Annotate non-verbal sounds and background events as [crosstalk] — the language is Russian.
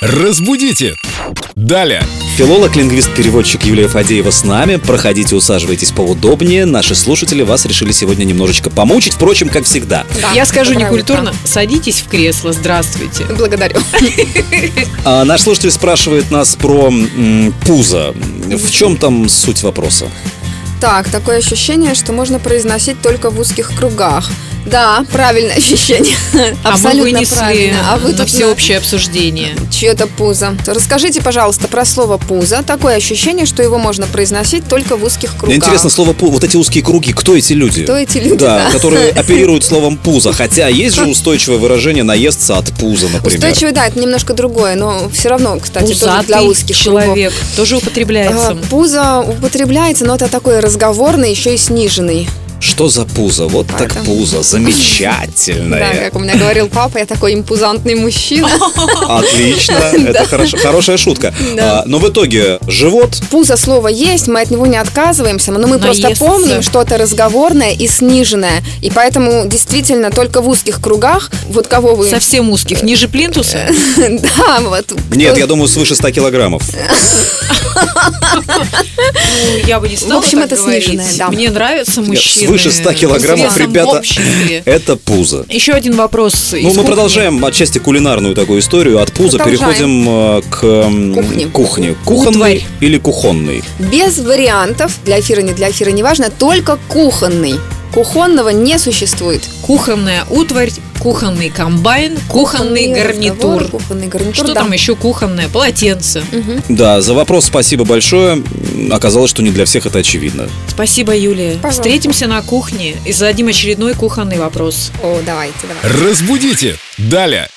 Разбудите! Далее! Филолог, лингвист, переводчик Юлия Фадеева с нами. Проходите, усаживайтесь поудобнее. Наши слушатели вас решили сегодня немножечко помучить, впрочем, как всегда. Да, Я скажу правильно. некультурно, садитесь в кресло, здравствуйте. Благодарю. А наш слушатель спрашивает нас про м, пузо. В чем там суть вопроса? Так, такое ощущение, что можно произносить только в узких кругах. Да, правильное ощущение. [laughs] а мы Абсолютно вынесли правильно. А вы на тут на- всеобщее обсуждение. чье-то пузо. Расскажите, пожалуйста, про слово пузо. Такое ощущение, что его можно произносить только в узких Мне кругах. интересно слово пу- вот эти узкие круги, кто эти люди? Кто эти люди? да, да? которые оперируют словом пузо. Хотя есть же устойчивое выражение наесться от пуза, например. Устойчивый, да, это немножко другое, но все равно, кстати, тоже для Пузатый узких кругов. человек тоже А, употребляется. Пузо употребляется, но это такой разговорный, еще и сниженный. Что за пузо? Вот так Поэтому- пузо. Да, Замечательное. как у меня говорил папа, я такой импузантный мужчина. Отлично. [laughs] Это хорошо. Хорошая шутка. Да. А, Но в итоге живот Пузо слово есть, мы от него не отказываемся, но мы просто Наесться. помним, что это разговорное и сниженное. И поэтому действительно только в узких кругах, вот кого вы... Э, Совсем узких, ниже плинтуса. [laughs] Да, вот. кто- Нет, я думаю, свыше 100 килограммов. Э? Ну, я бы не стала В общем, так это говорить. сниженное, да. Мне нравятся мужчины. Свыше 100 килограммов, с весом в ребята. обществе. Это пузо. Еще один вопрос. из Ну, мы кухни. продолжаем отчасти кулинарную такую историю. От пуза Продолжаем. переходим э, к м, Кухне. кухне. Утварь. Кухонный или кухонный? Без вариантов, для эфира, не для эфира, неважно, только кухонный. Кухонного не существует. Кухонная утварь, кухонный комбайн, кухонный Кухонные гарнитур. разговоры, Кухонный гарнитур, Что да. там еще кухонное? Полотенце. Мгм. Да, за вопрос спасибо большое. М, Оказалось, что не для всех это очевидно. Спасибо, Юлия. Пожалуйста. Встретимся на кухне и зададим очередной кухонный вопрос. О, давайте, давайте. Разбудите! Далее!